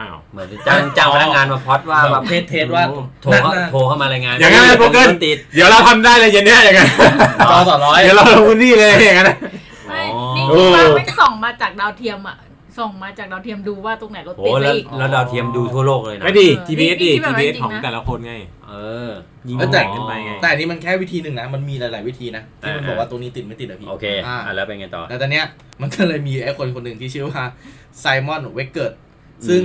[SPEAKER 3] อ้าว
[SPEAKER 1] เหมือนจ้างจ้างพนักงานมาพอดว่า
[SPEAKER 4] แบ
[SPEAKER 1] แบบ บ
[SPEAKER 4] เทสเทสว่า
[SPEAKER 3] โอ้
[SPEAKER 1] โทรเข้าโทรเข้ามารายงาน
[SPEAKER 3] อย่างนั้นเลย Google
[SPEAKER 1] รถติด
[SPEAKER 3] เดี๋ยวเราทำได้เลยเย็นเนี้ยอย่างนั้น
[SPEAKER 4] จอต่อร้อย
[SPEAKER 3] เดี๋ยวเราลงพื้นที่เลยอย่างนั้น
[SPEAKER 5] ไม่
[SPEAKER 1] อ๋อ
[SPEAKER 5] นี่คิดว่าไม่ส่องมาจากดาวเทียมอ่ะ ส่องมาจากดาวเทียมดูว่าตรงไหนรถ
[SPEAKER 1] โห
[SPEAKER 5] ติด
[SPEAKER 1] แล้ว
[SPEAKER 5] อีก
[SPEAKER 1] แล้วดาวเทียมดูทั่วโลกเลยนะ
[SPEAKER 3] ไม่ดี
[SPEAKER 5] เออ
[SPEAKER 3] GPS
[SPEAKER 5] นี่
[SPEAKER 3] ดิ
[SPEAKER 5] นี่ที่
[SPEAKER 3] GPS ข
[SPEAKER 5] แบบว่าจริงนะ
[SPEAKER 3] องแต่ละคนไง
[SPEAKER 1] เออ
[SPEAKER 3] ยิง
[SPEAKER 4] เออแต่
[SPEAKER 3] หัวขึ้นไปไง
[SPEAKER 4] แต่อันนี้มันแค่วิธีหนึ่งนะ มันมีหลาย ๆ วิธีนะ ที่มัน
[SPEAKER 1] อ่า
[SPEAKER 4] บอกว่าตรงนี้ติดไม่ติดอะพี่
[SPEAKER 1] โอเค
[SPEAKER 4] อ่า
[SPEAKER 1] อ่ะแล้วเป็นไงต่อ
[SPEAKER 4] แล้วตอนเนี้ยมันก็เลยมีไอ้คนคนหนึ่งที่ชื่อว่าไซมอนเวกเกิร์ตซึ่ง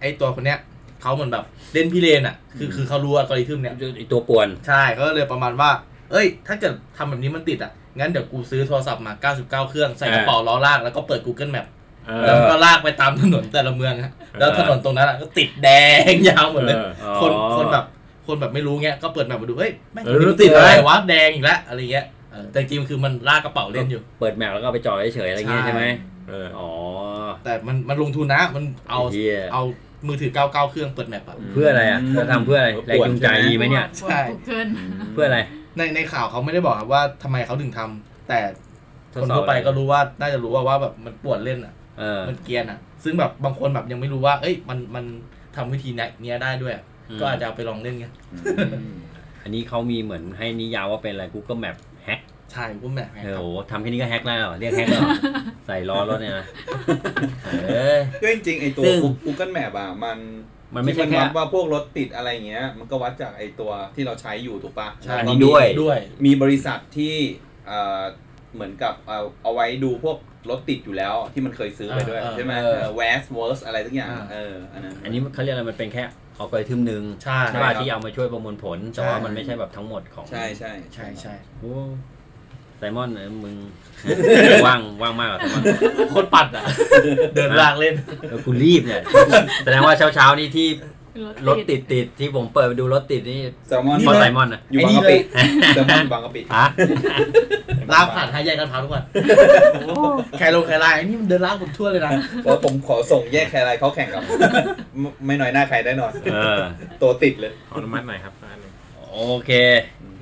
[SPEAKER 4] ไอ้ตัวคนเนี้ยเขาเหมือนแบบเล่นพิเรนอ่ะคือคือเขารู้อัลกอริทึมเนี่ย
[SPEAKER 1] ไอตัวป่วน
[SPEAKER 4] ใช่ก็เลยประมาณว่า เอ้ย ถ้าเกิดทำแบบนี้มันติดอ่ะ งั้นเดี๋ยวกูซื้อโทรศัพท์มา 99 เครื่อง ใส่กระเป๋าล้อลาก แล้วก็เปิด Google Map
[SPEAKER 1] เออ
[SPEAKER 4] แล้วมันก็ลากไปตามถนนแต่ละเมืองฮะแล้วถนนตรงนั้นอะก็ติดแดง ยาวหมดเลย
[SPEAKER 1] เออ
[SPEAKER 4] คน
[SPEAKER 1] อ๋อ
[SPEAKER 4] คนแบบคนแบบไม่รู้เงี้ยก็เปิดแมปมาดูเฮ้ยแม่ง
[SPEAKER 3] เออรถติดอะไร
[SPEAKER 4] วะแดงอีกแล้วอะไรเงี้ยเออแต่จริงๆคือมันลากกระเป๋าเล่นอยู่
[SPEAKER 1] เปิดแมปแล้วก็เอาไปจอดเฉยๆอะไรเงี้ย
[SPEAKER 4] ใช่
[SPEAKER 1] ใช่ไหม
[SPEAKER 3] เออ
[SPEAKER 1] อ๋อ
[SPEAKER 4] แต่มันมันลงทุนนะมันเอา
[SPEAKER 1] ไเหี้ย
[SPEAKER 4] เอามือถือเก้าเก้าเครื่องเปิดแมปอะ
[SPEAKER 1] เพื่ออะไรอ่ะเธอทำเพื่ออะไรแรงจูงใจมีไหมเนี่ย
[SPEAKER 5] กลัว
[SPEAKER 4] ใช่
[SPEAKER 5] ถูกเกิน
[SPEAKER 1] เพื่ออะไร
[SPEAKER 4] ในในข่าวเขาไม่ได้บอกครับว่าทำไมเขาถึงทำแต่
[SPEAKER 1] ทด
[SPEAKER 4] คน
[SPEAKER 1] สอบ
[SPEAKER 4] ทั่วไป
[SPEAKER 1] อะไร
[SPEAKER 4] ก็รู้ว่าน่าจะรู้ว่าว่าแบบมันปวดเล่นอ่ะ
[SPEAKER 1] เออ
[SPEAKER 4] มันเกรียนอ่ะ ซึ่งแบบบางคนแบบยังไม่รู้ว่า เอ้ยมันมันทำวิธีเนี้ยได้ด้วยอะ
[SPEAKER 1] อืม
[SPEAKER 4] ก็อาจจะเอาไปลองเล่นไง
[SPEAKER 1] อันนี้เขามีเหมือนให้นิยามว่าเป็นอะไร Google Map แฮก
[SPEAKER 4] ใช่พวกแมป
[SPEAKER 1] เออโอ้โหทำแค่นี้ก็แฮกแล้วเหรอเรียกแฮกแล้วเหรอ ใส่ล้อรถ
[SPEAKER 3] <laughs>
[SPEAKER 1] เนี่ยนะเออ
[SPEAKER 7] ก็จริงๆไอตัว
[SPEAKER 1] ซึ่ง
[SPEAKER 7] Google Map อ่ะมัน
[SPEAKER 1] มันไม่ใช่
[SPEAKER 7] ที่
[SPEAKER 1] แค่
[SPEAKER 7] วัดว่าพวกรถติดอะไรเงี้ย มันก็วัดจากไอตัวที่เราใช้อยู่ถูกปะ
[SPEAKER 4] ใช่
[SPEAKER 1] อัน
[SPEAKER 7] แล้
[SPEAKER 1] นี้ด้
[SPEAKER 7] ก็มี
[SPEAKER 1] วย
[SPEAKER 4] ด้วย
[SPEAKER 7] มีบริษัทที่เอ่อเหมือนกับเอาเอาไว้ดูพวกรถติดอยู่แล้วที่มันเคยซื้อไปด้วย
[SPEAKER 4] เออเออ
[SPEAKER 7] ใช่ไหม
[SPEAKER 1] เออ
[SPEAKER 7] เวสเวิร์สอะไรทุกอย่าง
[SPEAKER 4] อ่า
[SPEAKER 7] เอออันนั้น
[SPEAKER 1] อันนี้เขาเรียกอะไรมันเป็นแค่ออกไปทึมหนึ่ง
[SPEAKER 4] ใช่
[SPEAKER 1] ใช่
[SPEAKER 7] ครั
[SPEAKER 1] ป่ะ
[SPEAKER 7] บ
[SPEAKER 1] ที่เอามาช่วยประมวลผล แต่ว่ามันไม่ใช่แบบทั้งหมดของ
[SPEAKER 7] ใช่ใช่
[SPEAKER 4] ใช่ใช่
[SPEAKER 1] โอ้ไซมอนเออมึง ว่างว่างมากอ่ะไซมอน
[SPEAKER 4] โคตรปัดอ่ะ เดินลากเล่น
[SPEAKER 1] เออกูรีบเนี่ยแสดงว่าเช้าเช้าๆนี่ที่รถติดติดๆที่ผมเปิดไปดูรถติดนี่
[SPEAKER 7] แซลมอน
[SPEAKER 1] เพราะไซมอนนะ
[SPEAKER 7] อยู่
[SPEAKER 4] ไอ้
[SPEAKER 7] บา
[SPEAKER 4] นี่
[SPEAKER 7] งกะ
[SPEAKER 4] เล
[SPEAKER 7] ปิ
[SPEAKER 4] ย
[SPEAKER 7] แซลมอนอยู่บางกะปิ
[SPEAKER 1] ฮะ
[SPEAKER 4] ลากผ่านห้าแยกกันพร้าวทุกวันใครลงใครลายไอ้นี่มันเดินลากผมทั่วเลยนะ
[SPEAKER 7] แล้วผมขอส่งแยกใครอะไรเขาแข่งกับ <laughs> ไม่ไม่น้อยหน้าใครแน่นอน
[SPEAKER 1] เออ
[SPEAKER 7] ตัวติดเลย
[SPEAKER 3] ขออนุมัติหน่อยครับอันนี้
[SPEAKER 1] โอเค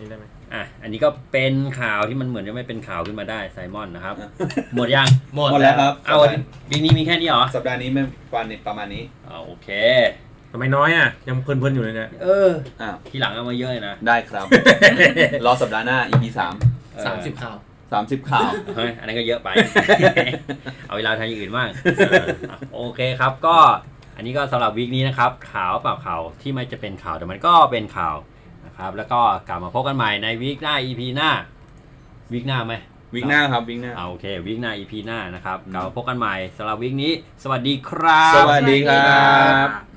[SPEAKER 3] นี่ได้ไหม
[SPEAKER 1] อ่ะ อันนี้ก็เป็นข่าวที่มันเหมือนจะไม่เป็นข่าวขึ้นมาได้ไซมอนนะครับ หมดยัง
[SPEAKER 4] หม
[SPEAKER 7] หมดแล้วครับ
[SPEAKER 1] เอา
[SPEAKER 7] สัปดาห์
[SPEAKER 1] ปีนี้มีแค่นี้เหรอ
[SPEAKER 7] สัปดาห์นี้ไม่วันนี้ประมาณนี้
[SPEAKER 1] อ่าโอเค
[SPEAKER 3] ทำไมน้อยอ่ะ ยังเพลินๆอยู่เลยเนี่ย
[SPEAKER 1] เออ
[SPEAKER 7] อ่า
[SPEAKER 1] ทีหลังเอามาเยอะเลยนะ
[SPEAKER 7] ได้ครับ รอสัปดาห์หน้า EP สาม
[SPEAKER 1] เออ
[SPEAKER 4] สามสิบข่าว
[SPEAKER 7] สามสิบข่าว
[SPEAKER 1] <laughs> เฮ้ยอันนั้นก็เยอะไป เอาเวลาทำอย่างอื่นบ้างเอออ่ะโอเคครับก็ อันนี้ก็สำหรับวีคนี้นะครับ ข่าวเปล่าข่าวที่ไม่จะเป็นข่าวแต่มันก็เป็นข่าวนะครับ แล้วก็กลับมาพบกันใหม่ในวีคหน้า EP หน้าวีคหน้าไหม
[SPEAKER 7] วิกหน้าครับวิกหน้า
[SPEAKER 1] เอาโอเควีคหน้า EP หน้านะครับ
[SPEAKER 7] อืม
[SPEAKER 1] กลับมาพบกันใหม่สำหรับวีคนี้ สวัสดีครับ
[SPEAKER 7] สวัสดีครับ
[SPEAKER 2] บ